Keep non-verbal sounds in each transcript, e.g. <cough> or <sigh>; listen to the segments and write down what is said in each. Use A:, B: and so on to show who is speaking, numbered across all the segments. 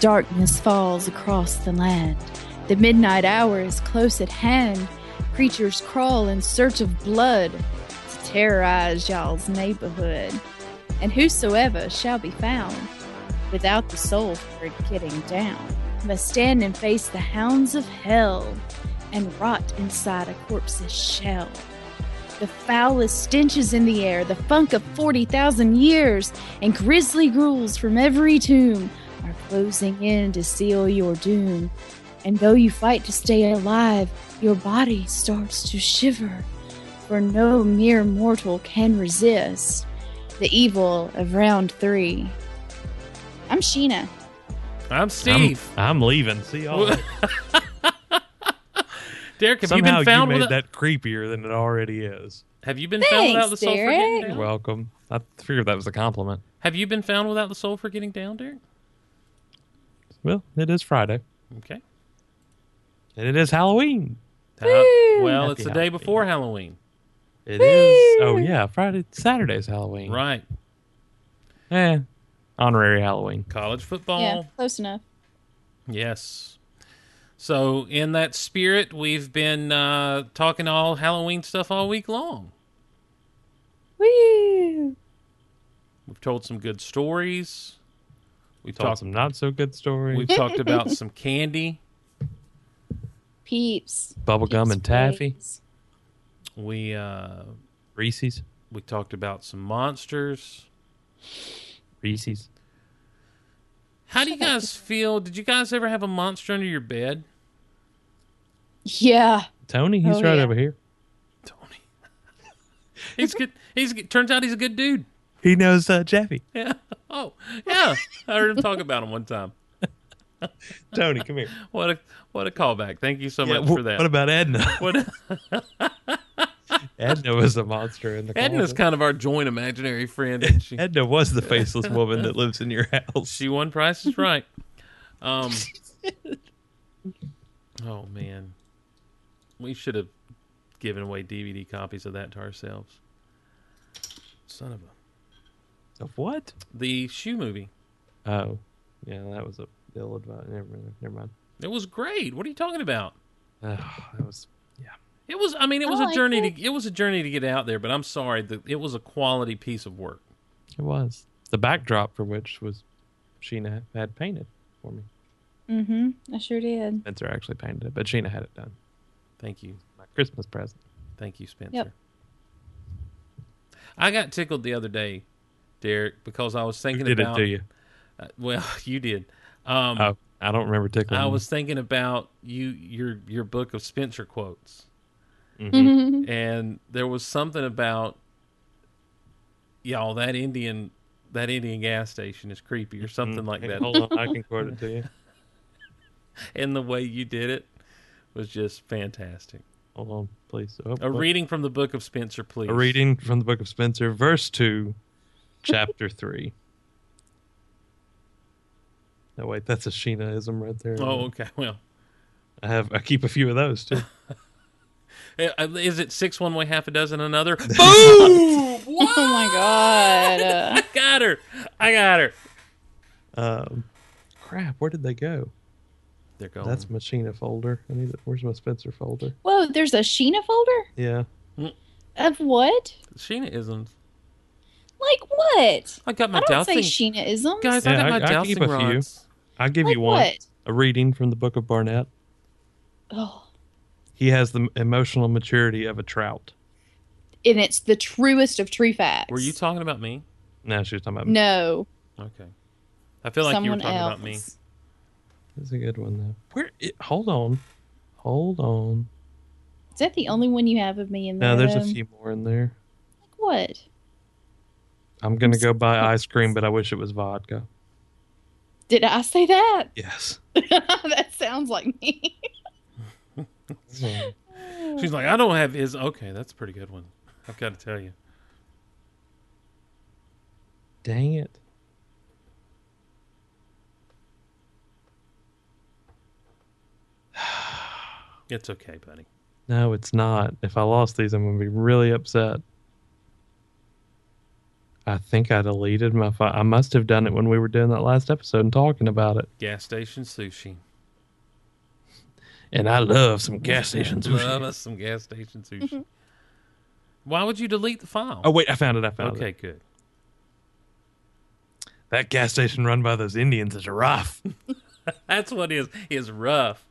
A: Darkness falls across the land. The midnight hour is close at hand. Creatures crawl in search of blood to terrorize y'all's neighborhood. And whosoever shall be found without the soul for getting down must stand and face the hounds of hell and rot inside a corpse's shell. The foulest stenches in the air, the funk of 40,000 years, and grisly ghouls from every tomb are closing in to seal your doom. And though you fight to stay alive, your body starts to shiver, for no mere mortal can resist the evil of round three. I'm Sheena.
B: I'm Steve.
C: I'm, I'm
B: <laughs>
C: leaving. See y'all. later.
B: Derek, have
C: Somehow
B: you been found
C: made
B: with
C: that creepier than it already is.
B: A, have you been found without the
A: Thanks,
B: soul for
A: Derek.
B: getting
C: You're
B: down?
C: welcome. I figured that was a compliment.
B: Have you been found without the soul for getting down, Derek?
C: Well, it is Friday,
B: Okay.
C: and it is Halloween.
B: Uh, well,
C: Happy
B: it's the day
C: Halloween.
B: before Halloween,
C: It is. Oh yeah, Friday. Saturday's Halloween.
B: right?
C: Eh, honorary Halloween.
B: College football.
C: Oh.
A: Yeah, close enough.
B: Yes. So, in that spirit, we've been uh, talking all Halloween stuff all week long.
A: Woo!
B: We've told some good stories. We've <laughs>
C: Told
B: talked.
C: some not so good
B: We've
A: <laughs>
C: stories.
B: talked about some candy.
A: Peeps.
C: Bubblegum
A: Peeps,
C: and taffy.
A: please.
B: We uh,
C: Reese's.
B: we talked about some monsters.
C: Reese's.
B: How do you guys feel? Did you guys ever have a monster under your bed,
A: Yeah.
C: Tony, he's
A: Oh,
C: right
A: yeah.
C: over here.
B: Tony? he's good. He's good. turns out he's a good dude.
C: He knows uh,
B: <laughs>
C: Jeffy.
B: Yeah. Oh, yeah. I heard him talk about him one time.
C: Tony, come here.
B: What a what a callback! Thank you so much
C: wh-
B: for that.
C: What about Edna?
B: what,
C: <laughs> Edna was a monster in the
B: Edna's
C: closet.
B: kind of our joint imaginary friend. Isn't she
C: Edna was the faceless woman that lives in your house. <laughs>
B: she won Price is Right. Um, oh man, we should have given away DVD copies of that to ourselves. Son of a
C: Of what?
B: the shoe movie.
C: Oh, yeah, that was a ill advice. Never, mind. never mind.
B: It was great. What are you talking about?
C: Oh, that was
B: It was. I mean, it
A: I
B: was a
A: liked
B: journey
A: it.
B: to. It was a journey to get out there. But I'm sorry that it was a quality piece of work.
C: it was the backdrop for which was Sheena had painted for me.
A: Mm-hmm. I sure did.
C: Spencer actually painted it, but Sheena had it done.
B: Thank you.
C: My Christmas present.
B: Thank you, Spencer. I got tickled the other day, Derek, because I was thinking
C: Who did it
B: about.
C: to you?
B: uh, <laughs> well, you did. Um,
C: Oh, I don't remember tickling.
B: I
C: you.
B: was thinking about you your your book of Spencer quotes,
C: Mm-hmm.
A: Mhm.
B: and there was something about y'all that Indian that Indian gas station is creepy or
C: Mm-hmm.
B: something like
C: Hey,
B: that.
C: <laughs> Hold on, I can quote it to you.
B: and the way you did it was just fantastic.
C: Hold on, please. Oh,
B: A
C: what?
B: reading from the book of Spencer, please.
C: A reading from the book of Spencer, verse 2, chapter <laughs> 3. No, Oh, wait, that's a Sheenaism right there.
B: Oh, okay. Well,
C: I have I keep a few of
B: <laughs>
C: those too.
B: eh, uh, is it six one way, half a dozen
C: <laughs>
B: another? Boom!
A: Oh my god. Uh,
B: I got her. I got her.
C: Um, crap, where did they go?
B: They're going.
C: That's my Sheena folder. I need. To, where's my Spencer folder?
A: <laughs> whoa, there's a Sheena folder
C: Yeah,
A: of what?
B: Sheena isn't.
A: Like what?
B: I got my
A: I don't say
B: dousing.
A: Sheena isms.
B: Guys,
C: Yeah,
B: I got
C: I-
B: my
C: I can
B: dousing
C: keep a few.
B: rods.
C: I'll give
A: like
C: you one.
A: what?
C: A reading from the book of Barnett.
A: Oh,
C: He has the m- emotional maturity of a trout.
A: and it's the truest of true facts.
B: Were you talking about me?
C: No, she was talking about. me.
A: no,
B: Okay. I feel like you were
A: someone
B: talking
A: else.
B: about me.
C: That's a good one though. Where? It, hold on, hold on.
A: Is that the only one you have of me in there?
C: No, there's a
A: though?
C: few more in there.
A: Like what?
C: I'm gonna
A: I'm
C: go buy ice cream, but I wish it was vodka.
A: Did I say that? <laughs>
C: Yes.
A: that sounds like me.
C: Oh,
B: She's like, I don't have his. Okay, that's a pretty good one. I've got to tell you.
C: Dang it.
B: It's okay, buddy.
C: No, it's not. If I lost these, I'm gonna be really upset. I think I deleted my file. I must have done it when we were doing that last episode and talking about it.
B: Gas station sushi.
C: And I love some gas <laughs> station
B: Love
C: sushi.
B: us some gas station sushi. Why would you delete the file?
C: Oh wait, I found it. I found it.
B: okay, good.
C: That gas station run by those Indians
B: <laughs>
C: is rough.
B: That's what is is rough.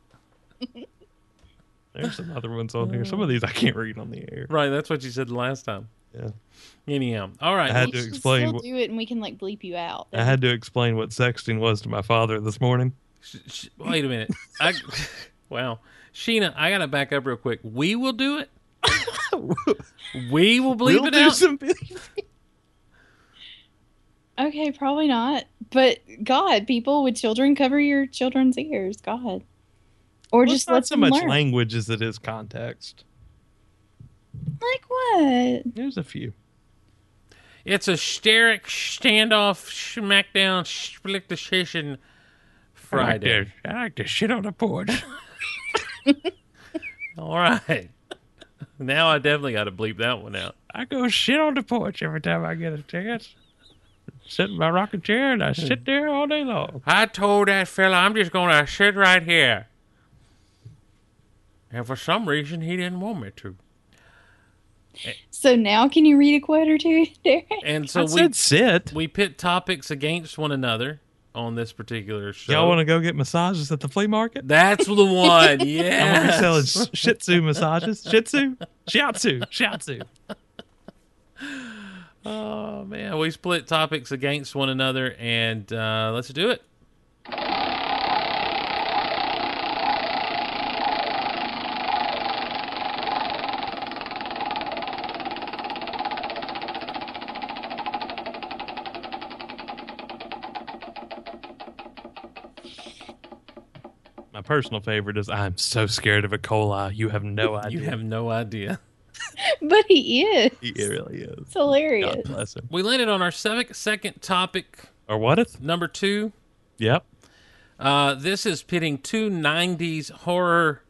C: There's some other ones on here.
B: Oh.
C: Some of these I can't read on the air.
B: Right, that's what you said last time.
C: Yeah.
B: Anyhow, all right.
C: I had
A: You
C: to
A: should
C: explain
A: Still
C: what-
A: do it, and we can like bleep you out.
C: I had to explain what sexting was to my father
B: <laughs>
C: this morning.
B: Sh- sh- wait a minute. I, <laughs> wow, Sheena, I gotta back up real quick. We will do it. We will bleep
C: We'll
B: it
C: do
B: out.
C: some-
A: Okay, probably not. But God, people with children, cover your children's ears. God, or
C: Well, it's
A: just
C: not
A: let
C: so
A: them
C: much
A: learn.
C: language as it is context.
A: Like what?
C: There's a few.
B: It's a steric standoff smackdown split decision Friday.
C: I like to shit on the porch. <laughs>
B: All right. <laughs> Now I definitely got to bleep that one out.
C: I go shit on the porch every time I get a chance. Sit in my rocking chair and I sit there all day long.
B: I told that fella I'm just going to sit right here. And for some reason, he didn't want me to.
A: So now, can you read a quote or two, <laughs> Derek?
B: And so
C: I
B: we
C: said sit.
B: we pit topics against one another on this particular show.
C: Y'all want to go get massages at the flea market?
B: That's the one. Yeah.
C: I'm gonna be selling sh- Shih Tzu massages. Shih Tzu, Shiatsu, Shiatsu.
B: Oh man, we split topics against one another, and uh, let's do it.
C: My personal favorite is I'm so scared of E. coli. You have no idea.
B: You have no idea.
A: But he is.
C: it really is.
A: It's hilarious.
C: God bless him.
B: We landed on our sev- second topic,
C: Or what if?
B: number two.
C: Yep.
B: Uh, this is pitting two '90s horror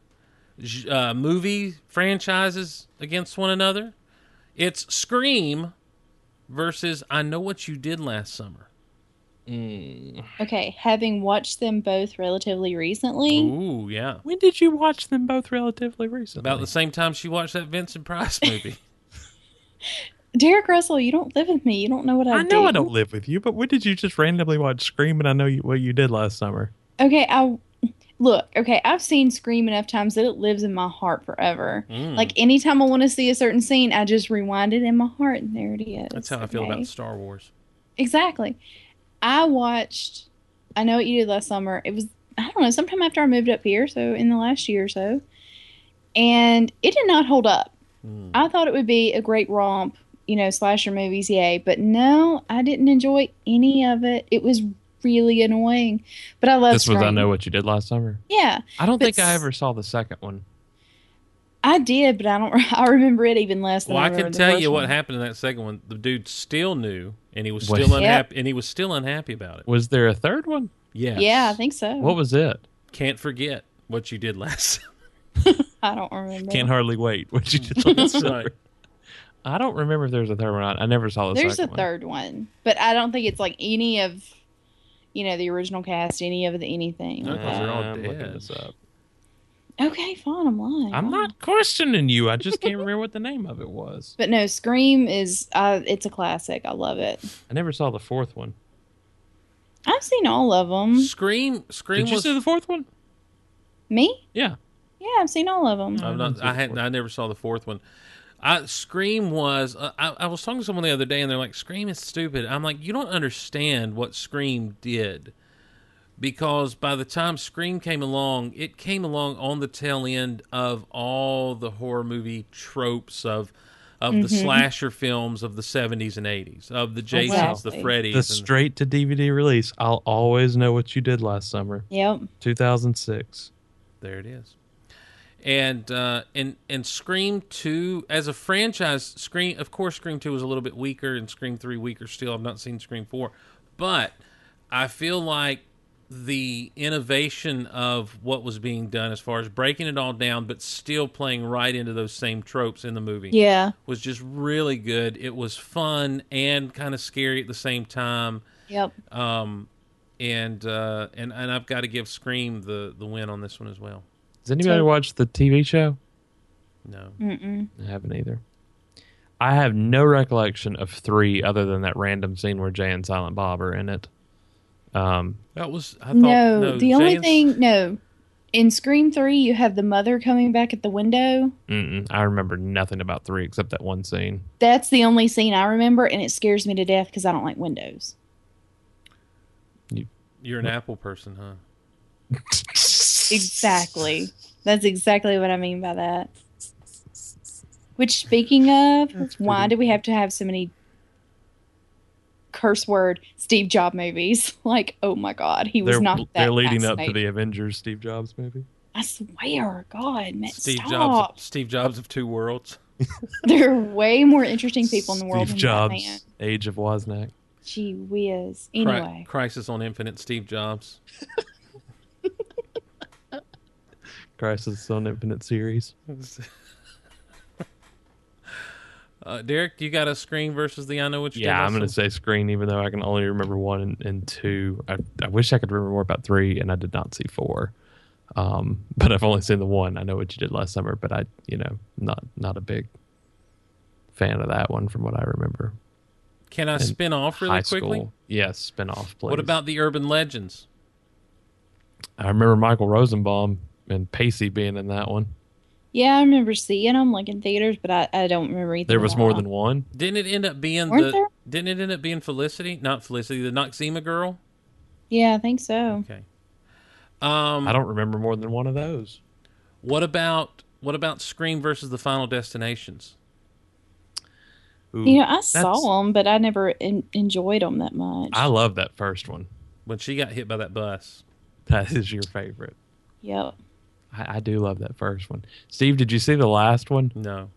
B: j- uh, movie franchises against one another. It's Scream versus I Know What You Did Last Summer.
C: Mm.
A: Okay, having watched them both relatively recently,
B: Ooh, yeah.
C: When did you watch them both relatively recently?
B: About the same time she watched that Vincent
A: <laughs>
B: Price movie.
A: Derek Russell, you don't live with me. You don't know what I,
C: I know
A: do.
C: I don't live with you, but when did you just randomly watch Scream? And I know you, what you did last summer.
A: Okay, I look. Okay, I've seen Scream enough times that it lives in my heart forever.
C: Hmm.
B: Mm.
A: Like anytime I want to see a certain scene, I just rewind it in my heart, and there it is.
B: That's how I feel
A: okay?
B: about Star Wars.
A: Exactly. I watched. I know what you did last summer. It was I don't know sometime after I moved up here, so in the last year or so, and it did not hold up.
B: Mm.
A: I thought it would be a great romp, you know, slasher movies, yay. But no, I didn't enjoy any of it. It was really annoying. But I love
C: this was I
A: Scream.
C: know what you did last summer.
A: Yeah,
C: I don't
A: But
C: think I
A: s-
C: ever saw the second one.
A: I did, but I don't. <laughs> I remember it even less. Than
B: Well, I
A: remember
B: can
A: the
B: tell
A: first
B: you what
A: one.
B: happened in that second one. The dude still knew, and he was
C: What?
B: still
C: Yep.
B: unhappy, and he was still unhappy about it.
C: Was there a third one?
B: Yeah,
A: Yeah, I think so.
C: What was it?
B: Can't forget what you did last.
A: I don't remember.
C: Can't hardly wait. What you <laughs> did last
B: That's
C: summer.
B: right.
C: I don't remember if there was a third one. I, I never saw the
A: There's a
C: second one.
A: third one, but I don't think it's like any of, you know, the original cast, any of the anything.
B: No,
A: like
B: 'cause
A: that.
B: they're all
C: I'm looking
B: dead.
C: this up.
A: Okay, fine. I'm lying.
C: I'm
A: Wow.
C: not questioning you. I just can't remember what the name of it was.
A: But no, Scream is. Uh, it's a classic. I love it.
C: I never saw the fourth one.
A: I've seen all of them.
B: Scream, Scream
C: Did you
B: was.
C: see the fourth one?
A: Me?
C: Yeah.
A: Yeah, I've seen all of them.
B: I've not. I had. I never saw the fourth one. I, Scream was. Uh, I, I was talking to someone the other day, and they're like, "Scream is stupid." I'm like, "You don't understand what Scream did." Because by the time Scream came along, it came along on the tail end of all the horror movie tropes of of the slasher films of the 70s and 80s, of the Jasons, the
A: Exactly.
B: Freddy's,
C: The
B: and-
C: straight to DVD release. I'll always know what you did last summer.
A: Yep.
C: 2006.
B: There it is. And uh, and and Scream Two as a franchise, Scream of course Scream Two was a little bit weaker, and Scream Three weaker still. I've not seen Scream Four, but I feel like the innovation of what was being done as far as breaking it all down, but still playing right into those same tropes in the movie
A: Yeah.
B: was just really good. It was fun and kind of scary at the same time.
A: Yep.
B: Um, and uh, and and I've got to give Scream the the win on this one as well.
C: Does anybody
A: So-
C: watch the TV show?
B: No,
A: Mm-mm.
C: I haven't either. I have no recollection of three other than that random scene where Jay and Silent Bob are in it. Um,
B: that was I thought.
A: No,
B: No,
A: the only
B: Jane's-
A: thing, no. In Scream 3, you have the mother coming back at the window.
C: mm-mm, I remember nothing about three except that one scene.
A: That's the only scene I remember, and it scares me to death because I don't like windows.
B: You're an Apple person, huh?
A: Exactly. That's exactly what I mean by that. Which, speaking of, why do we have to have so many curse word Steve Jobs movies? <laughs> Like, oh my God, he was
C: they're,
A: not that.
C: they're leading up to
A: fascinating.
C: the Avengers Steve Jobs movie.
A: I swear, God, Matt,
B: Steve
A: stop.
B: Jobs. Steve Jobs of two worlds.
A: <laughs> There are way more interesting people in the world
C: Steve
A: than
C: Jobs,
A: Batman.
C: Age of Wozniak.
A: Gee whiz.
B: Cri-
A: Anyway,
B: Crisis on Infinite. Steve Jobs. <laughs>
C: Crisis on Infinite Series.
B: Uh, Derek, you got a Scream versus the I Know What You Did
C: Yeah, I'm
B: Last
C: going to
B: Summer?
C: say Screen, even though I can only remember one and, and two. I, I wish I could remember more about three, and I did not see four. Um, <laughs> but I've only seen the one. I know what you did last summer, but I, you know, not not a big fan of that one from what I remember.
B: Can I spin off really
C: High
B: quickly?
C: school, yes, spinoff. Please.
B: What about the urban legends?
C: I remember Michael Rosenbaum and Pacey being in that one.
A: yeah, I remember seeing them like in theaters, but I, I don't remember anything.
C: There was
A: about
C: more
A: them.
C: than one.
B: Didn't it end up being
A: Weren't
B: the?
A: there?
B: Didn't it end up being Felicity? Not Felicity, the Noxema girl.
A: Yeah, I think so.
B: Okay. Um,
C: I don't remember more than one of those.
B: What about what about Scream versus the Final Destinations?
C: Ooh,
A: You know, I
C: Mm, that's-
A: saw them, but I never en- enjoyed them that much.
C: I love that first one.
B: When she got hit by that bus.
C: That is your favorite.
A: yep.
C: I, I do love that first one. Steve, did you see the last one?
B: No.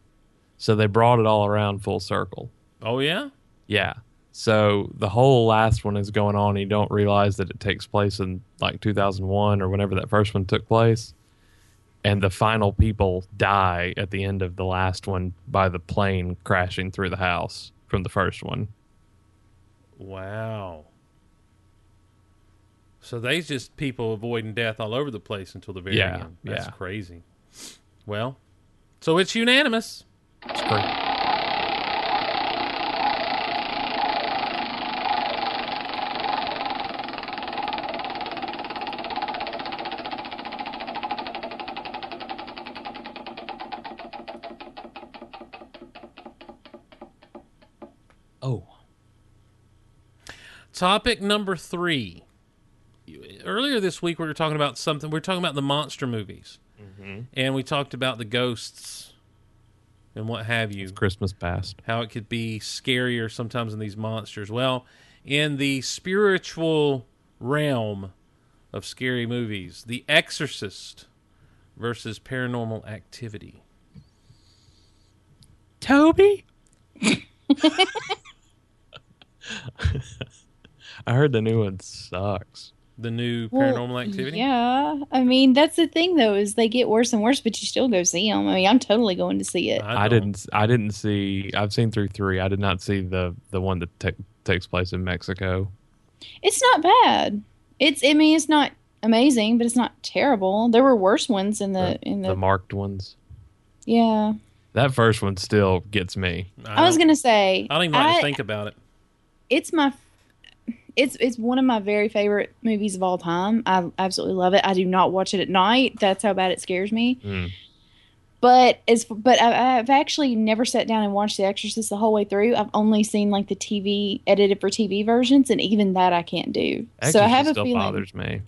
C: So they brought it all around full circle.
B: Oh yeah.
C: Yeah. So the whole last one is going on. And you don't realize that it takes place in like 2001 or whenever that first one took place. And the final people die at the end of the last one by the plane crashing through the house from the first one.
B: Wow. So they just people avoiding death all over the place until the very
C: Yeah,
B: end. That's
C: yeah.
B: crazy. Well, so it's unanimous.
C: It's great. Oh,
B: Topic number three. Earlier this week, we were talking about something. We were talking about the monster movies,
C: Mm-hmm.
B: and we talked about the ghosts and what have you.
C: Christmas past.
B: how it could be scarier sometimes in these monsters. Well, in the spiritual realm of scary movies, The Exorcist versus Paranormal Activity.
C: Toby? <laughs> I heard the new one sucks.
B: The new
A: Well,
B: Paranormal Activity?
A: Yeah. I mean, that's the thing, though, is they get worse and worse, but you still go see them. I mean, I'm totally going to see it.
C: I,
B: don't-
C: didn't. I didn't see. I've seen through three. I did not see the the one that ta- takes place in Mexico.
A: It's not bad. It's, I mean, it's not amazing, but it's not terrible. There were worse ones in the, in
C: The,
A: the,
C: marked ones.
A: yeah.
C: That first one still gets me.
A: I, was
B: don't-
A: going to say,
B: I don't even like
A: I-
B: to think about it.
A: it's my it's it's one of my very favorite movies of all time. I absolutely love it. I do not watch it at night. That's how bad it scares me.
C: Mm.
A: But as but I, I've actually never sat down and watched The Exorcist the whole way through. I've only seen like the TV edited for TV versions, and even that I can't do. so I
C: Exorcist
A: have a
C: still
A: feeling
C: bothers me.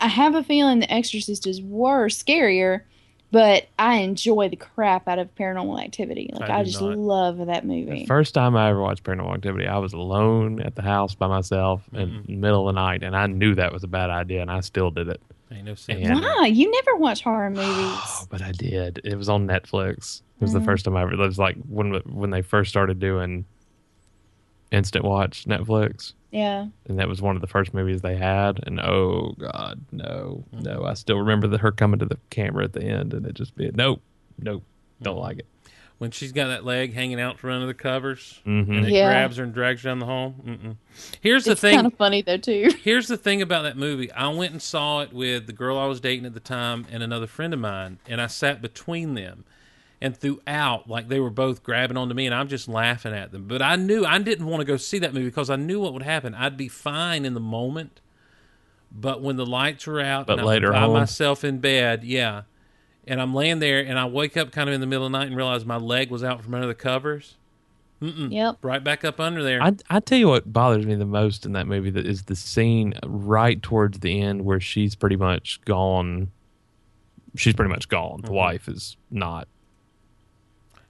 A: I have a feeling The Exorcist is worse, scarier. But I enjoy the crap out of Paranormal Activity. Like
B: I
A: I,
B: do
A: just
B: not.
A: love that
C: The
A: movie.
C: first time I ever watched Paranormal Activity, I was alone at the house by myself in the middle of the night, and I knew that was a bad idea, and I still did it.
B: Ain't no sense.
C: Yeah.
A: Why you never watch horror
C: <sighs>
A: movies?
B: <sighs>
C: But I did. It was on Netflix. It was the
A: Mm.
C: first time I ever. It was like when when they first started doing instant watch Netflix.
A: Yeah.
C: and that was one of the first movies they had. And oh god, no,
B: Mm-hmm.
C: no! I still remember the, her coming to the camera at the end, and it just being nope, nope,
B: Mm-hmm.
C: don't like it.
B: When she's got that leg hanging out from under the covers
C: Mhm.
B: and it
A: Yeah.
B: grabs her and drags her down the hall. Mm-mm. Here's the
A: it's
B: thing.
A: kind of funny though too.
B: Here's the thing about that movie. I went and saw it with the girl I was dating at the time and another friend of mine, and I sat between them. And throughout, like they were both grabbing onto me, and I'm just laughing at them. But I knew I didn't want to go see that movie because I knew what would happen. I'd be fine in the moment, but when the lights were out,
C: But
B: and
C: later
B: I'm by
C: on.
B: myself in bed, yeah, and I'm laying there, and I wake up kind of in the middle of the night and realize my leg was out from under the covers, Mm.
A: yep.
B: right back up under there.
C: I I tell you what bothers me the most in that movie that is the scene right towards the end where she's pretty much gone. She's pretty much gone. The wife is not.
B: Mm-hmm.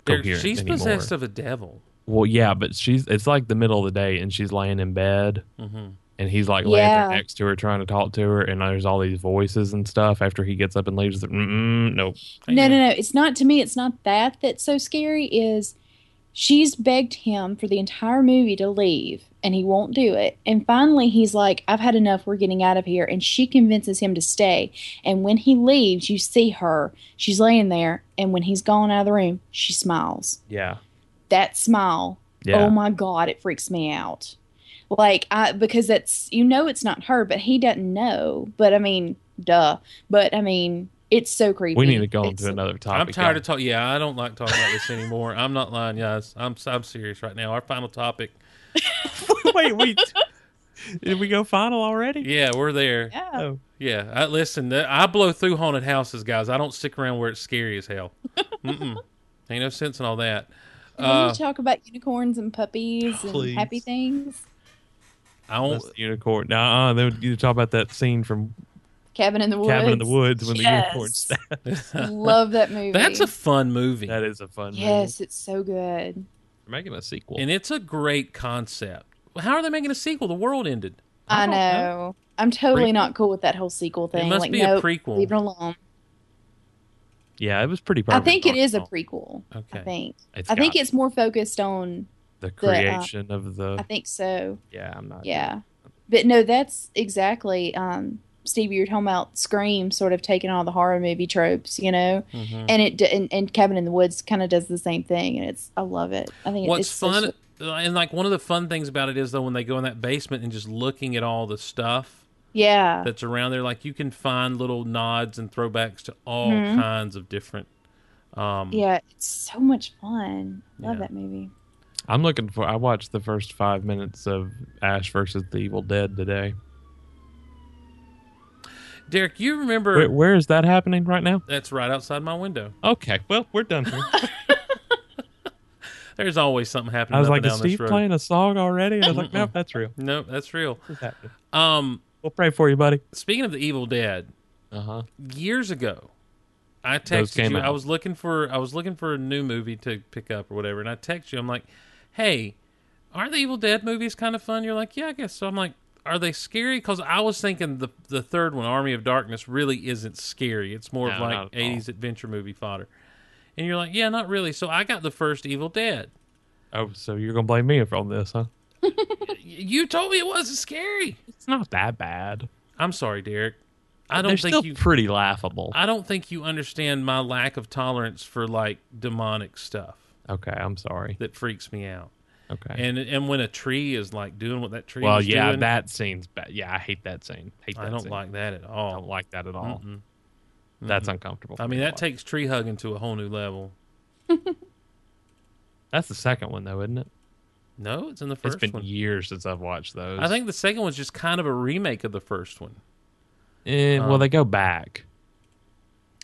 B: There-
C: coherent
B: she's
C: anymore.
B: possessed of a devil.
C: Well, yeah, but she's it's like the middle of the day and she's laying in bed
B: Mm-hmm.
C: and he's like laying
A: Yeah.
C: there next to her trying to talk to her and there's all these voices and stuff after he gets up and leaves. Like, Mm-mm, nope.
A: No, no, no. It's not to me. It's not that that's so scary. Is she's begged him for the entire movie to leave, and he won't do it. And finally, he's like, "I've had enough. We're getting out of here." And she convinces him to stay. And when he leaves, you see her. She's laying there, and when he's gone out of the room, she smiles.
C: Yeah.
A: That smile.
C: Yeah.
A: Oh my god, it freaks me out. Like I because that's you know it's not her, but he doesn't know. But I mean, duh. But I mean, it's so creepy.
C: we need to go on
A: It's-
C: to another topic.
B: I'm tired
C: yeah.
B: of talking. Yeah, I don't like talking about this anymore. I'm not lying, guys. I'm I'm serious right now. Our final topic.
C: <laughs>
A: <laughs>
C: Wait, we did we go final already?
B: Yeah, we're there.
A: Yeah.
C: Oh.
B: Yeah, I, listen. th- I blow through haunted houses, guys. I don't stick around where it's scary as hell. Mm-mm. <laughs> Ain't no sense in all that.
A: Can
B: Uh,
A: we talk about unicorns and puppies and
C: please.
A: happy things?
B: I don't.
C: That's the unicorn. Nah, uh, they would you talk about that scene from
A: Cabin in the Woods.
C: Cabin in the Woods when the
A: <laughs>
C: unicorn
A: Yes.
C: stabbed.
A: Love that movie.
B: <laughs> That's a fun movie,
C: That is a fun.
A: yes, it's so good.
C: movie. They're making a sequel.
B: and it's a great concept. How are they making a sequel? The world ended.
A: I,
B: don't
A: know. I'm totally
C: Prequel?
A: not cool with that whole sequel thing.
B: must
A: like,
B: be a
A: no,
B: prequel.
A: Leave it alone.
C: yeah, it was pretty.
A: I
C: Perfect
A: think it is a
C: Arkansas.
A: prequel.
B: Okay.
A: I think.
C: It's
A: I think
C: got
A: it's more focused on.
C: the creation of the.
A: I think so.
C: yeah, I'm not.
A: Yeah. But no, that's exactly. Um, Stevie, you're talking about Scream sort of taking all the horror movie tropes, you know,
B: Mhm.
A: and it d- and, and Cabin in the Woods kind of does the same thing, and it's I love it. I think it-
B: What's
A: it's so
B: fun and like one of the fun things about it is though when they go in that basement and just looking at all the stuff.
A: Yeah.
B: that's around there. Like you can find little nods and throwbacks to all
A: Mhm.
B: kinds of different. Um,
A: yeah. It's so much fun. Love
B: Yeah.
A: that movie.
C: I'm looking for. I watched the first five minutes of Ash versus the Evil Dead today.
B: Derek, you remember?
C: Where, where is that happening right now?
B: that's right outside my window.
C: Okay, well we're done. Here.
B: There's always something happening.
C: <laughs> I was
B: up
C: like,
B: and
C: is
B: down this
C: Steve
B: road.
C: playing a song already? And I was like, nope, that's real.
B: No, that's real.
C: It's happening.
B: Um,
C: We'll pray for you, buddy.
B: speaking of the Evil Dead,
C: Uh huh.
B: years ago, I
C: Those
B: texted
C: came
B: you. I
C: out.
B: was looking for I was looking for a new movie to pick up or whatever, and I text you. I'm like, "Hey, aren't the Evil Dead movies kind of fun?" You're like, "Yeah, I guess." So I'm like, "Are they scary?" Because I was thinking the the third one, Army of Darkness, really isn't scary. It's more of
C: No,
B: like
C: not at all.
B: 80s adventure movie fodder. And you're like, "Yeah, not really." So I got the first Evil Dead.
C: Oh, so you're gonna blame me for on this, huh?
B: Y- You told me it wasn't scary.
C: It's not that bad.
B: I'm sorry, Derek. I don't
C: They're
B: think
C: still
B: you.
C: pretty laughable.
B: I don't think you understand my lack of tolerance for like demonic stuff.
C: okay, I'm sorry.
B: that freaks me out.
C: Okay.
B: And and when a tree is like doing what that tree
C: well,
B: was
C: yeah,
B: doing,
C: that scene's bad. Yeah, I hate that scene. Hate that
B: I don't
C: scene.
B: like that at
C: I don't
B: all.
C: like that at all. That's uncomfortable.
B: I
C: for
B: mean,
C: me to
B: that
C: watch.
B: takes tree hugging to a whole new level.
C: That's the second one though, isn't it?
B: No, it's in the
C: it it's
B: 1st
C: been
B: one.
C: years since I've watched those.
B: I think the second one's just kind of a remake of the first one.
C: Eh, well,
B: um,
C: they go back.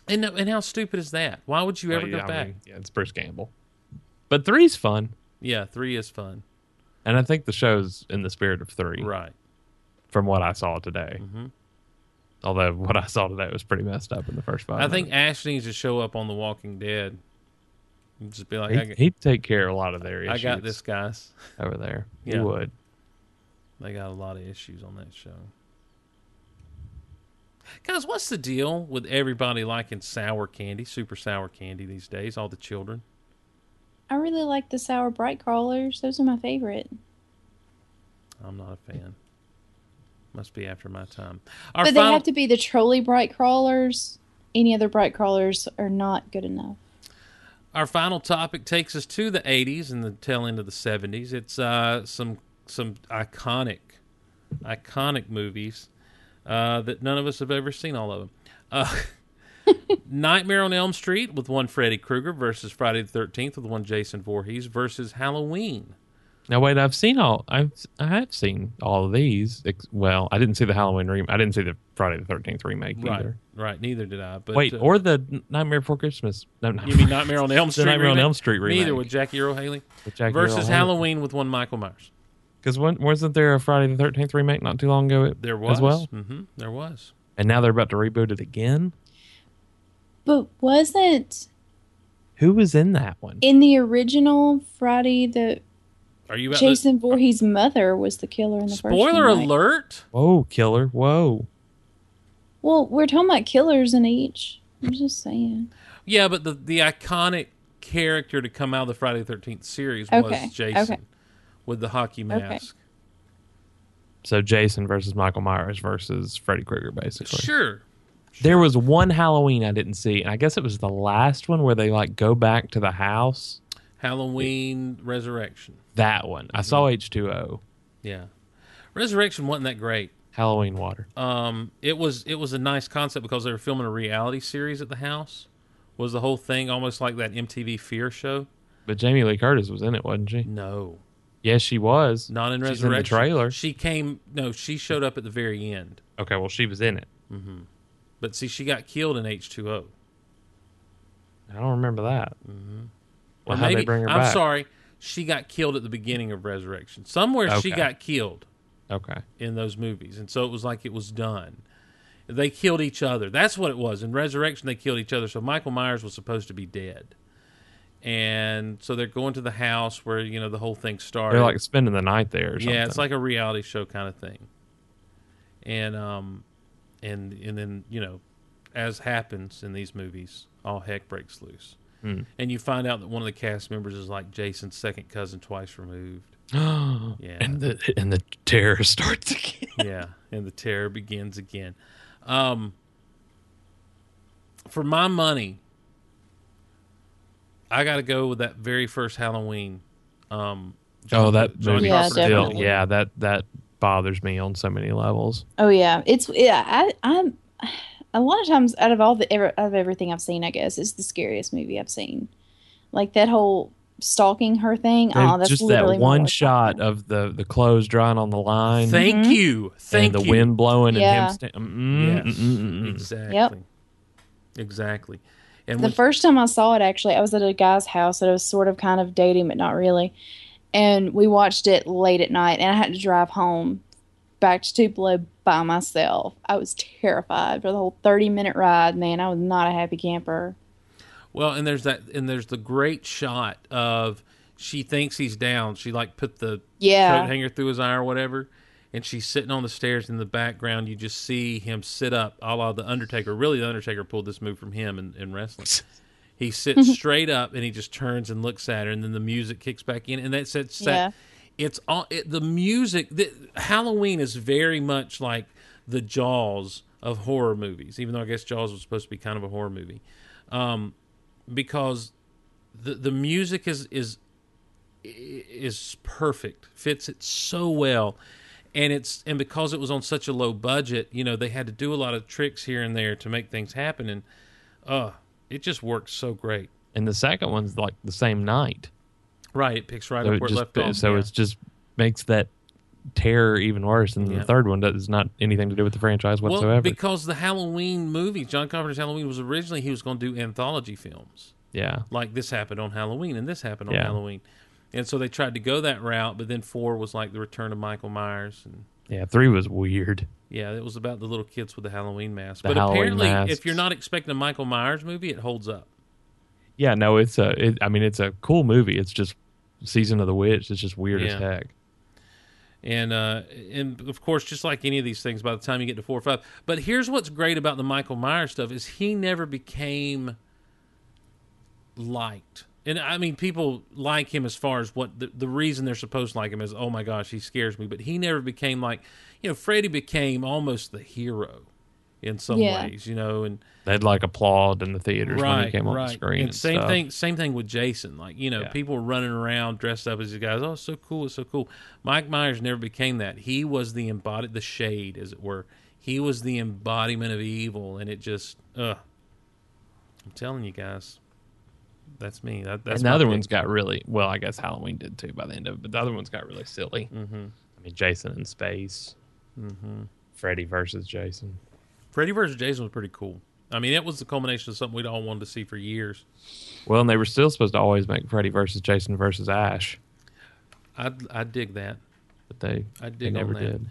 B: And and how stupid is that? Why would you ever
C: Well,
B: go
C: yeah, I
B: back?
C: mean, yeah, it's Bruce Campbell. But three's fun,
B: yeah, three is fun,
C: and I think the show's in the spirit of three,
B: right? Mm-hmm.
C: from what I saw today. Although <laughs> what I saw today was pretty messed up in the first five.
B: I think
C: minutes.
B: Ash needs to show up on The Walking Dead. And just be like, I,
C: he,
B: got-
C: he'd take care of a lot of their
B: I
C: issues.
B: got this, guys.
C: over there.
B: Yeah.
C: He would.
B: They got a lot of issues on that show. Guys, what's the deal with everybody liking sour candy, super sour candy these days? All the children.
A: I really like the sour bright crawlers. Those are my favorite.
B: I'm not a fan. Must be after my time.
A: but
B: Our
A: they
B: final,
A: have to be the trolley bright crawlers. Any other bright crawlers are not good enough.
B: our final topic takes us to the 80s and the tail end of the 70s. It's uh, some some iconic, iconic movies uh, that none of us have ever seen all of them. Uh, <laughs> Nightmare on Elm Street with one Freddy Krueger versus Friday the 13th with one Jason Voorhees versus Halloween.
C: Now wait, I've seen all I've I have seen all of these. Ex- well, I didn't see the Halloween remake. I didn't see the Friday the Thirteenth remake either.
B: Right, right. Neither did I. But
C: wait,
B: uh,
C: or the Nightmare Before Christmas. No,
B: you mean
C: <laughs>
B: Nightmare on Elm
C: The
B: Street?
C: Nightmare on
B: remake?
C: Elm Street
B: Neither
C: remake.
B: with Jackie Earl Haley versus Halloween with one Michael Myers.
C: Because wasn't there a Friday the Thirteenth remake not too long ago?
B: There was
C: as well,
B: hmm there was.
C: and now they're about to reboot it again.
A: But wasn't
C: Who was in that one?
A: in the original Friday the
B: Are you about to-
A: Jason Voorhees' mother was the killer in the first one,
B: Spoiler
A: right?
B: alert!
C: Whoa, killer! Whoa.
A: Well, we're talking about killers in each. I'm just saying.
B: Yeah, but the the iconic character to come out of the Friday the Thirteenth series
A: Okay,
B: was Jason
A: okay.
B: with the hockey mask.
C: So Jason versus Michael Myers versus Freddy Krueger, basically.
B: Sure,
C: There was one Halloween I didn't see, and I guess it was the last one where they like go back to the house.
B: Halloween Resurrection.
C: That one I saw
B: Mm-hmm.
C: H two O
B: Yeah, Resurrection wasn't that great.
C: Halloween water.
B: um, it was it was a nice concept because they were filming a reality series at the house. Was the whole thing almost like that MTV Fear show?
C: But Jamie Lee Curtis was in it, wasn't she?
B: No,
C: Yes, she was.
B: not in
C: She's in the
B: Resurrection.
C: trailer.
B: she came. No, she showed up at the very end.
C: Okay, well she was in it.
B: But see, she got killed in H two O.
C: I don't remember that. Well,
B: Or
C: how
B: Mm-hmm. maybe
C: they bring her
B: I'm
C: back?
B: sorry, she got killed at the beginning of Resurrection. Somewhere she
C: Okay.
B: got killed
C: Okay,
B: in those movies, and so it was like it was done. They killed each other. That's what it was in Resurrection. They killed each other. So Michael Myers was supposed to be dead, and so they're going to the house where you know the whole thing started.
C: they're like spending the night there. Or
B: yeah, it's like
C: something.
B: a reality show kind of thing. And um, and and then you know, as happens in these movies, all heck breaks loose,
C: Hmm.
B: and you find out that one of the cast members is like Jason's second cousin, twice
C: <laughs>
B: removed. <gasps> Yeah,
C: and the and the
B: <laughs>
C: terror starts again.
B: yeah, and the terror begins again. Um, for my money, I got to go with that very first Halloween. Um, <laughs>
C: Oh, that
B: John
C: movie
A: Yeah,
C: still-
A: definitely.
C: yeah, that that bothers me on so many levels.
A: Oh yeah, it's yeah. I, I'm a lot of times out of all the ever out of everything I've seen, I guess it's the scariest movie I've seen. Like that whole stalking her thing. Oh, that's
C: just that
A: literally my
C: one
A: worst
C: shot
A: nightmare.
C: of the the clothes drying on the line
B: Thank
A: Mhm.
B: you,
C: and
B: thank
C: the
B: you.
C: wind blowing
A: Yeah.
C: and him. Sta-
B: Yes,
C: mm, mm, mm, mm, mm.
B: exactly, exactly. And
A: The
B: when-
A: first time I saw it, actually, I was at a guy's house that I was sort of kind of dating, but not really. And we watched it late at night, and I had to drive home back to Tupelo by myself. I was terrified for the whole 30 minute ride, man. I was not a happy camper.
B: Well, and there's that, and there's the great shot of she thinks he's down. She like put the coat
A: Yeah.
B: hanger through his eye or whatever, and she's sitting on the stairs. In the background, you just see him sit up, a la the Undertaker. Really, the Undertaker pulled this move from him in,
A: <laughs>
B: in wrestling. He sits straight up and he just turns and looks at her, and then the music kicks back in, and that's it's that. It's all it, the music. The, Halloween is very much like the Jaws of horror movies, even though I guess Jaws was supposed to be kind of a horror movie, um, because the the music is is is perfect fits it so well and it's and because it was on such a low budget you know they had to do a lot of tricks here and there to make things happen and uh it just works so great
C: And the second one's like the same night.
B: right it picks right
C: So
B: up
C: it
B: where it
C: just
B: left off
C: so
B: yeah.
C: it's just makes that terror even worse. And
B: Yeah.
C: the third one does not anything to do with the franchise whatsoever.
B: well because the halloween movie john carpenter's halloween was originally he was going to do anthology films
C: yeah,
B: like this happened on Halloween and this happened on
C: Yeah.
B: Halloween. And so they tried to go that route, but then four was like the return of Michael Myers and
C: yeah. Three was weird.
B: yeah, it was about the little kids with the Halloween mask.
C: The
B: but
C: Halloween
B: apparently
C: masks.
B: if you're not expecting a Michael Myers movie, it holds up.
C: Yeah, no, it's a. It, I mean, it's a cool movie. It's just season of the witch. It's just weird
B: Yeah.
C: as heck.
B: And uh and of course just like any of these things, by the time you get to four or five. But here's what's great about the Michael Myers stuff is he never became liked and I mean, people like him as far as what the, the reason they're supposed to like him is. Oh my gosh, he scares me. But he never became like, you know, Freddy became almost the hero in some
A: Yeah.
B: ways, you know, and
C: They'd like applaud in the theaters when he came on the screen.
B: And
C: and
B: same
C: stuff.
B: thing, same thing with Jason. Like you know,
C: Yeah.
B: people were running around dressed up as these guys. Oh, it's so cool! It's so cool. Mike Myers never became that. He was the embodied, the shade, as it were. He was the embodiment of evil, and it just, ugh. I'm telling you guys, that's me. That, that's
C: and the
B: my
C: other
B: pick.
C: one's got really well. I guess Halloween did too by the end of it, but the other one's got really silly. Mm-hmm. I mean, Jason in space, mm-hmm. Freddy versus Jason.
B: Freddy versus Jason was pretty cool. I mean, it was the culmination of something we'd all wanted to see for years.
C: Well, and they were still supposed to always make Freddy versus Jason versus Ash,
B: I I dig that.
C: but they
B: I
C: they
B: dig
C: never
B: on that.
C: did.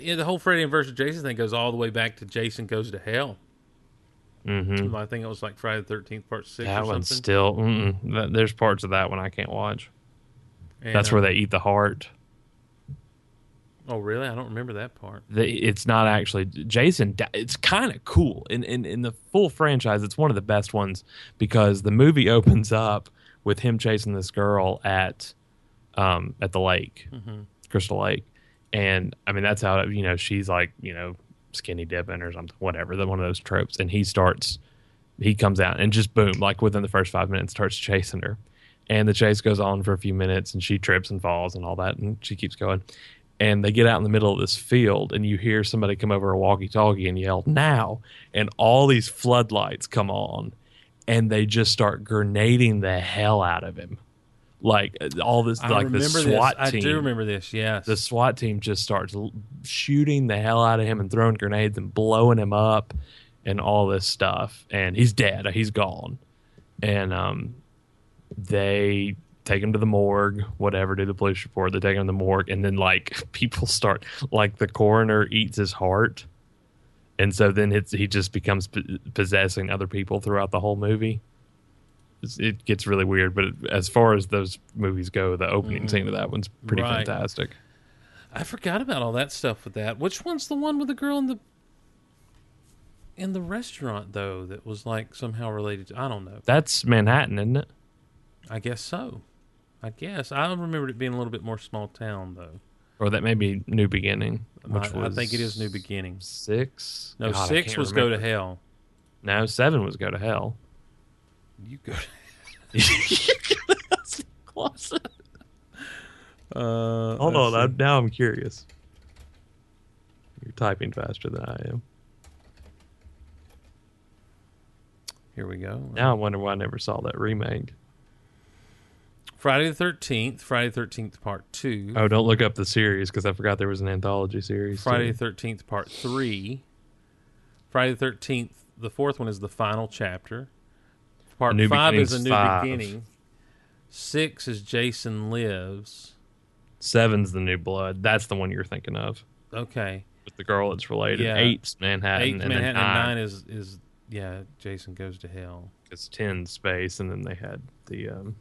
B: The yeah, the whole Freddy versus Jason thing goes all the way back to Jason Goes to Hell.
C: Mm-hmm.
B: I think it was like Friday the Thirteenth Part Six
C: That
B: or
C: one's
B: something.
C: still. Mm, that, there's parts of that one I can't watch.
B: And,
C: That's
B: uh,
C: where they eat the heart.
B: Oh, really? I don't remember that part.
C: The, it's not actually Jason. di- It's kind of cool in, in in the full franchise. It's one of the best ones because the movie <laughs> opens up with him chasing this girl at um at the lake, Crystal Lake, and I mean that's how you know she's like you know skinny dipping or something, whatever. The one of those tropes, and he starts he comes out and just boom, like within the first five minutes, starts chasing her. And the chase goes on for a few minutes and she trips and falls and all that. And she keeps going. And they get out in the middle of this field and you hear somebody come over a walkie talkie and yell, now. And all these floodlights come on and they just start grenading the hell out of him. Like uh, all this,
B: I
C: like
B: remember
C: the SWAT
B: this.
C: team
B: I do remember this. Yes.
C: the SWAT team just starts l- shooting the hell out of him and throwing grenades and blowing him up and all this stuff. And he's dead. He's gone. And um, they take him to the morgue, whatever, do the police report. They take him to the morgue. And then, like, <laughs> people start, like, the coroner eats his heart. And so then it's, he just becomes p- possessing other people throughout the whole movie. It's- It gets really weird, but as far as those movies go, the opening scene of that one's pretty
B: Mm-hmm. Right.
C: fantastic.
B: I forgot about all that stuff with that. Which one's the one with the girl in the in the restaurant though that was like somehow related to I don't know.
C: That's Manhattan, isn't it?
B: I guess so. I guess. I remembered it being a little bit more small town though.
C: Or that may be New Beginning, which
B: I,
C: was
B: I think it is New Beginnings.
C: Six.
B: No,
C: God, I
B: six
C: can't
B: was go to
C: remember.
B: hell.
C: No, seven was go
B: <laughs>
C: to hell.
B: You go to
C: Close.
B: Uh,
C: Hold
B: let's
C: on,
B: see.
C: I'm, now I'm curious. You're typing faster than I am.
B: Here we go.
C: Now I wonder why I never saw that remake.
B: Friday the Thirteenth, Friday the Thirteenth Part Two,
C: Oh, don't look up the series because I forgot there was an anthology series. too.
B: Friday the Thirteenth Part Three, Friday the Thirteenth. The fourth one is the final chapter. Part
C: A New
B: five is a
C: Beginning's
B: new
C: five.
B: beginning. Six is Jason lives.
C: Seven's the New Blood. That's the one you're thinking of
B: Okay,
C: with the girl that's related.
B: Yeah.
C: Eight's Manhattan.
B: eight
C: and
B: Manhattan
C: then
B: and
C: nine,
B: nine is is yeah. Jason goes to hell.
C: is ten space, and then they had the. Um,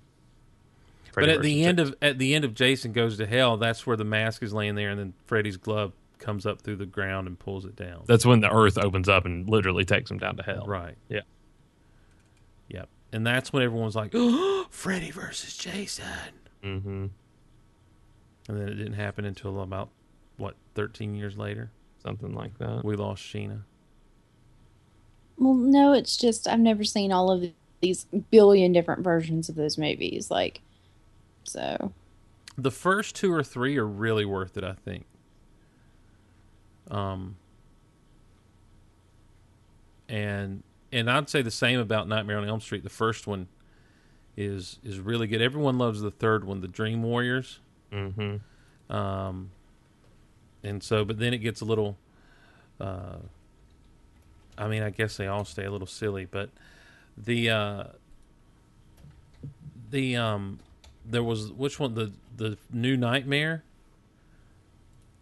B: But at the end of at the end of Jason goes to hell, that's where the mask is laying there, and then Freddy's glove comes up through the ground and pulls it down.
C: That's when the earth opens up and literally takes them down to hell.
B: Right.
C: Yeah.
B: Yep. And that's when everyone's like, <gasps> Freddy versus Jason.
C: Mm-hmm.
B: And then it didn't happen until about, what, 13 years later?
C: Something like that.
B: We lost Sheena.
A: Well, no, it's just I've never seen all of these billion different versions of those movies. Like, so
B: The first two or three are really worth it, I think. Um, and and I'd say the same about Nightmare on Elm Street. The first one is is really good. Everyone loves the third one, the Dream Warriors.
C: Mm-hmm.
B: Um, and so, but then it gets a little. Uh, I mean, I guess they all stay a little silly, but the uh, the um, there was which one the the new nightmare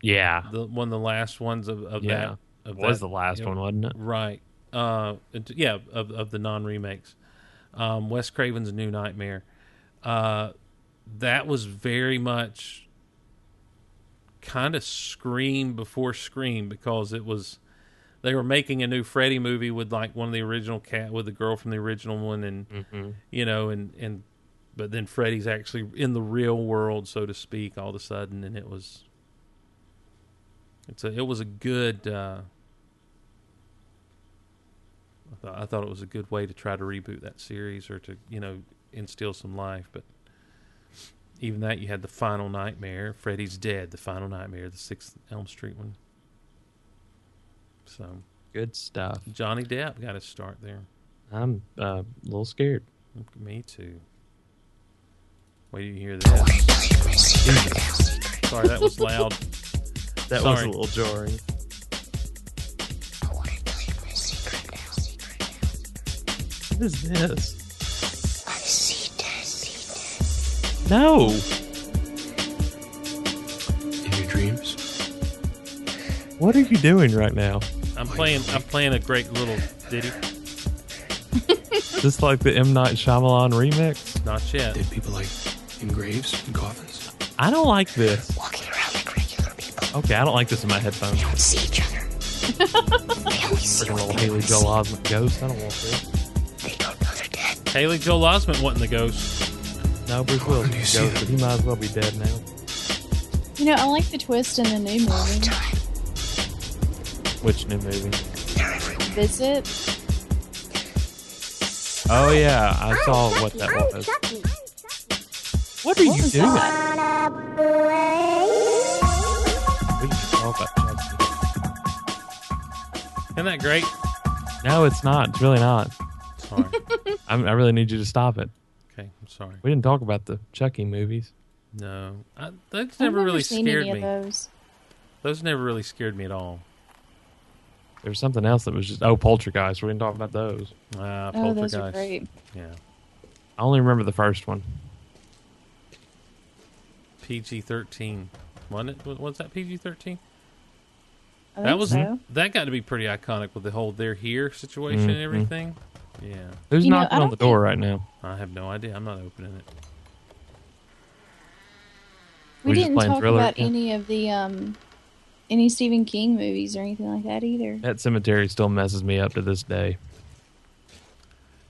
C: Yeah.
B: the one of the last ones of of
C: Yeah.
B: that of
C: was
B: that-
C: the last
B: yeah.
C: one, wasn't it?
B: right uh it- yeah of of the non remakes um Wes Craven's New Nightmare uh that was very much kind of scream before scream because it was they were making a new Freddy movie with like one of the original cat with the girl from the original one and
C: Mm-hmm.
B: you know and and but then Freddy's actually in the real world, so to speak, all of a sudden, and it was it's a it was a good. Uh, I thought I thought it was a good way to try to reboot that series or to you know instill some life, but even that you had the final nightmare. Freddy's dead. The final nightmare, the sixth Elm Street one. So
C: Good stuff.
B: Johnny Depp got his start there.
C: I'm uh, a little scared.
B: Me too. Wait, till you hear that? Sorry, that was loud.
C: That
B: was a
C: was a
B: little
C: little jarring. What is this? No.
D: In your dreams?
C: What are you doing right now?
B: I'm playing. I'm playing a great little ditty.
C: Is this like the M Night Shyamalan remix?
B: Not yet.
D: Dead people like in graves and coffins?
C: I don't like this.
E: Walking around like regular people.
C: Okay, I don't like this in my headphones.
E: We don't see each other. they only see
C: Freaking
E: what
C: little
E: they
C: Haley
E: want to
C: Joel Osment ghost. I don't want this.
E: see. They don't know they're dead.
B: Haley Joel Osment wasn't the ghost.
C: No, Bruce
D: Carlin,
C: Willis
D: do
C: is a
D: you see
C: ghost,
D: that?
C: but he might as well be dead now.
A: You know, I like the twist in the new
E: All the
A: movie.
E: time.
C: Which new movie?
E: They're everywhere.
A: Visit.
C: Oh yeah, I saw what that was. What are you doing? We can talk about Chucky.
B: Isn't that great?
C: No, it's not. It's really not.
B: Sorry.
C: I'm, I really need you to stop it.
B: okay, I'm sorry.
C: We didn't talk about the Chucky movies.
B: No, I, that's
A: I've
B: never really
A: seen
B: scared
A: any
B: me.
A: of those.
B: Those never really scared me at all.
C: There was something else that was just oh Poltergeist. We didn't talk about those.
B: Ah,
A: Oh, those are great.
B: Poltergeist. Yeah,
C: I only remember the first one.
B: PG thirteen. Wasn't it? Was- Was that PG thirteen?
A: I
B: That
A: think
B: was
A: so.
B: that got to be pretty iconic with the whole "they're here" situation and
A: Mm-hmm.
C: Mhm.
B: everything. Yeah,
C: Who's
A: You know,
C: knocking
A: I
C: on the
A: don't
C: door right now?
B: I have no idea. I'm not opening it.
A: We
C: We're just
A: didn't
C: playing
A: talk
C: Thriller
A: about
C: again.
A: any of the um, any Stephen King movies or anything like that either.
C: That cemetery still messes me up to this day.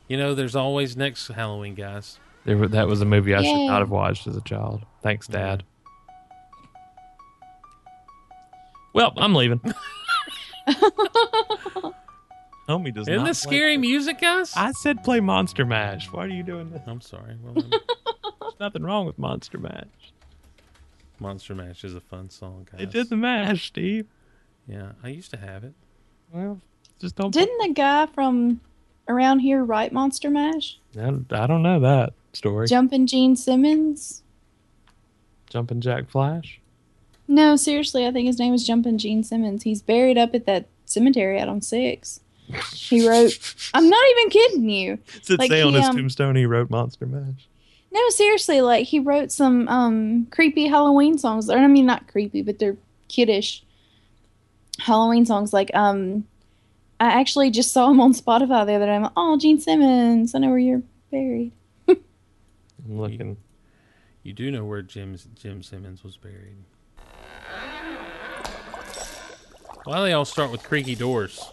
B: You know, there's always next Halloween, guys.
C: There, wa- that was a movie I should
A: Yay.
C: not have watched as a child. Thanks, Dad. Well,
A: <laughs>
C: I'm leaving. Homie does
B: Isn't
C: not
B: this
C: like
B: scary music, guys?
C: I said play Monster Mash. Why are you doing this?
B: I'm sorry.
C: <laughs>
B: Well, then,
C: There's nothing wrong with Monster Mash.
B: Monster Mash is a fun song, guys.
C: They did the mash, Steve.
B: Yeah, I used to have it.
C: Well, just don't.
A: Didn't the guy from around here write Monster Mash?
C: I don't- I don't know that story.
A: Jumpin' Gene Simmons?
C: Jumping Jack Flash.
A: No, seriously, I think his name is Jumpin' Gene Simmons. He's buried up at that cemetery out on six. He wrote. I'm not even kidding you.
C: Does it
A: Like
C: say on
A: he,
C: his
A: um,
C: tombstone he wrote Monster Mash?
A: No, seriously, like he wrote some um creepy Halloween songs. Or I mean not creepy, but they're kiddish Halloween songs. Like um I actually just saw him on Spotify the other day. I'm like, oh Gene Simmons, I know where you're buried.
C: I'm looking.
B: You do know where Jim Jim Simmons was buried. Why they all start with creaky doors?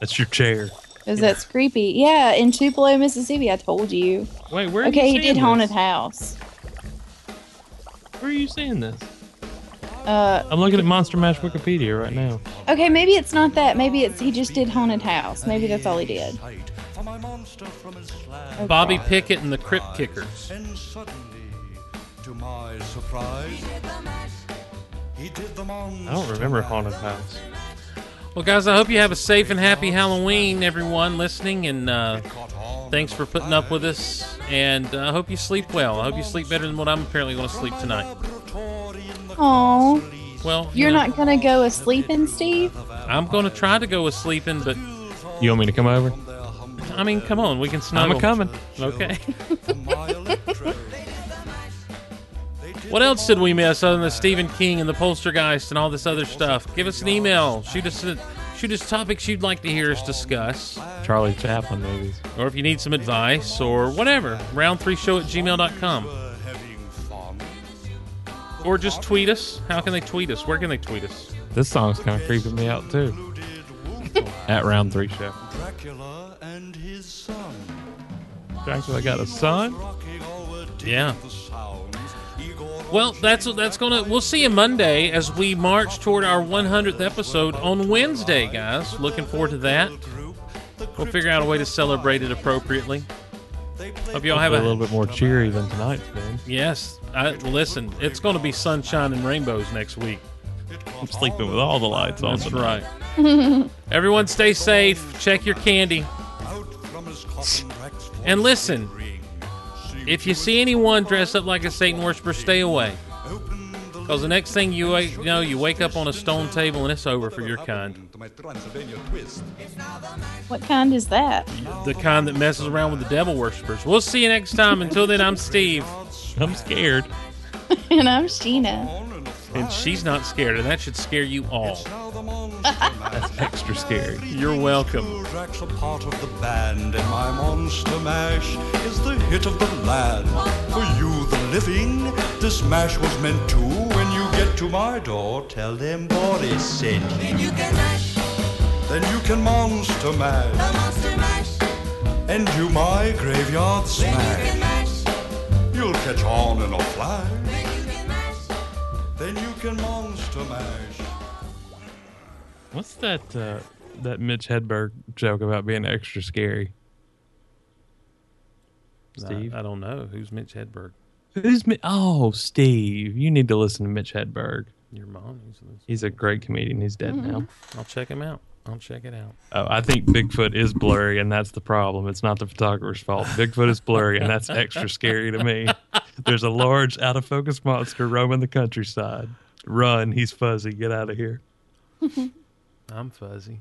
C: That's your chair.
A: Because that's creepy. Yeah, in Tupelo, Mississippi, I told you.
C: Wait, where? Are
A: Okay,
C: you
A: he
C: seeing
A: did Haunted
C: this?
A: House.
C: Where are you seeing this?
A: Uh
C: I'm looking at Monster Mash Wikipedia right now.
A: okay, maybe it's not that. Maybe it's he just did Haunted House. Maybe that's all he did.
C: Oh,
A: Okay.
B: Bobby Pickett and the Crypt Kickers.
F: And suddenly, to my surprise, he did the monster.
C: I don't remember Haunted House.
B: Well, guys, I hope you have a safe and happy Halloween, everyone listening, and uh, thanks for putting up with us. And uh, I hope you sleep well. I hope you sleep better than what I'm apparently going to sleep tonight.
F: <laughs>
A: Aw.
B: Well, you
A: You're
B: know,
A: not gonna go asleep in Steve?
B: I'm going to try to go with sleeping, but
C: You want me to come over?
B: I mean, come on, we can snuggle.
C: I'm a coming.
B: Okay. <laughs> What else did we miss other than the Stephen King and the Poltergeist and all this other stuff? Give us an email. Shoot us a, shoot us topics you'd like to hear us discuss,
C: Charlie Chaplin movies.
B: or if you need some advice or whatever. Round3show at gmail.com.
F: We're having fun.
B: Or just tweet us. How can they tweet us? Where can they tweet us?
C: This song's kind of creeping me out too.
F: Looted
C: At round three show.
F: Dracula and his son.
C: Dracula got a son.
F: Rocky all the melody
B: Yeah.
F: the sounds. Igor
B: Well, that's that's gonna. We'll see you Monday as we march toward our 100th episode on Wednesday, guys. Looking forward to that. We'll figure out a way to celebrate it appropriately. Hope y'all have
C: Hopefully
B: a
C: a little bit more cheery than tonight's been.
B: yes. I, listen, it's going to be sunshine and rainbows next week.
C: I'm sleeping with all the lights on.
B: That's right. Everyone, stay safe. Check your candy.
F: Out from his coffin Rex
B: And
F: voice
B: listen,
F: did ring. See
B: If
F: to
B: you
F: it,
B: see anyone dressed up like a Satan worshiper, stay away.
F: open the
B: Because the next thing you, wake, you know, you wake up on a stone table and it's over for your kind.
F: To my Transylvania twist.
A: What kind is that? <laughs>
B: The kind that messes around with the devil worshippers. We'll see you next time. Until then, I'm Steve.
C: I'm scared.
A: and I'm Sheena.
F: On and a fly.
B: And she's not scared, and that should scare you all.
F: Now
B: <laughs>
F: the monster man.
C: Extra scary.
B: You're welcome.
F: Drax a part of the band, and my monster mash is the hit of the land. For you, the living, this mash was meant to. When you get to my door, tell them Boris sent you. Then you can monster mash, and you my graveyard smash. You'll catch on in a flash. Then you can monster mash.
C: What's that uh, that Mitch Hedberg joke about being extra scary? Steve,
B: I, I don't know. Who's Mitch Hedberg?
C: who's Mi- Oh, Steve, you need to listen to Mitch Hedberg.
B: Your mom. He's-
C: He's a great comedian. He's dead now.
B: I'll check him out. I'll check it out.
C: Oh, I think Bigfoot is blurry, and that's the problem. It's not the photographer's fault. Bigfoot is blurry, and that's extra scary to me. There's a large, out of focus monster roaming the countryside. Run, he's fuzzy. Get out of here.
B: I'm fuzzy.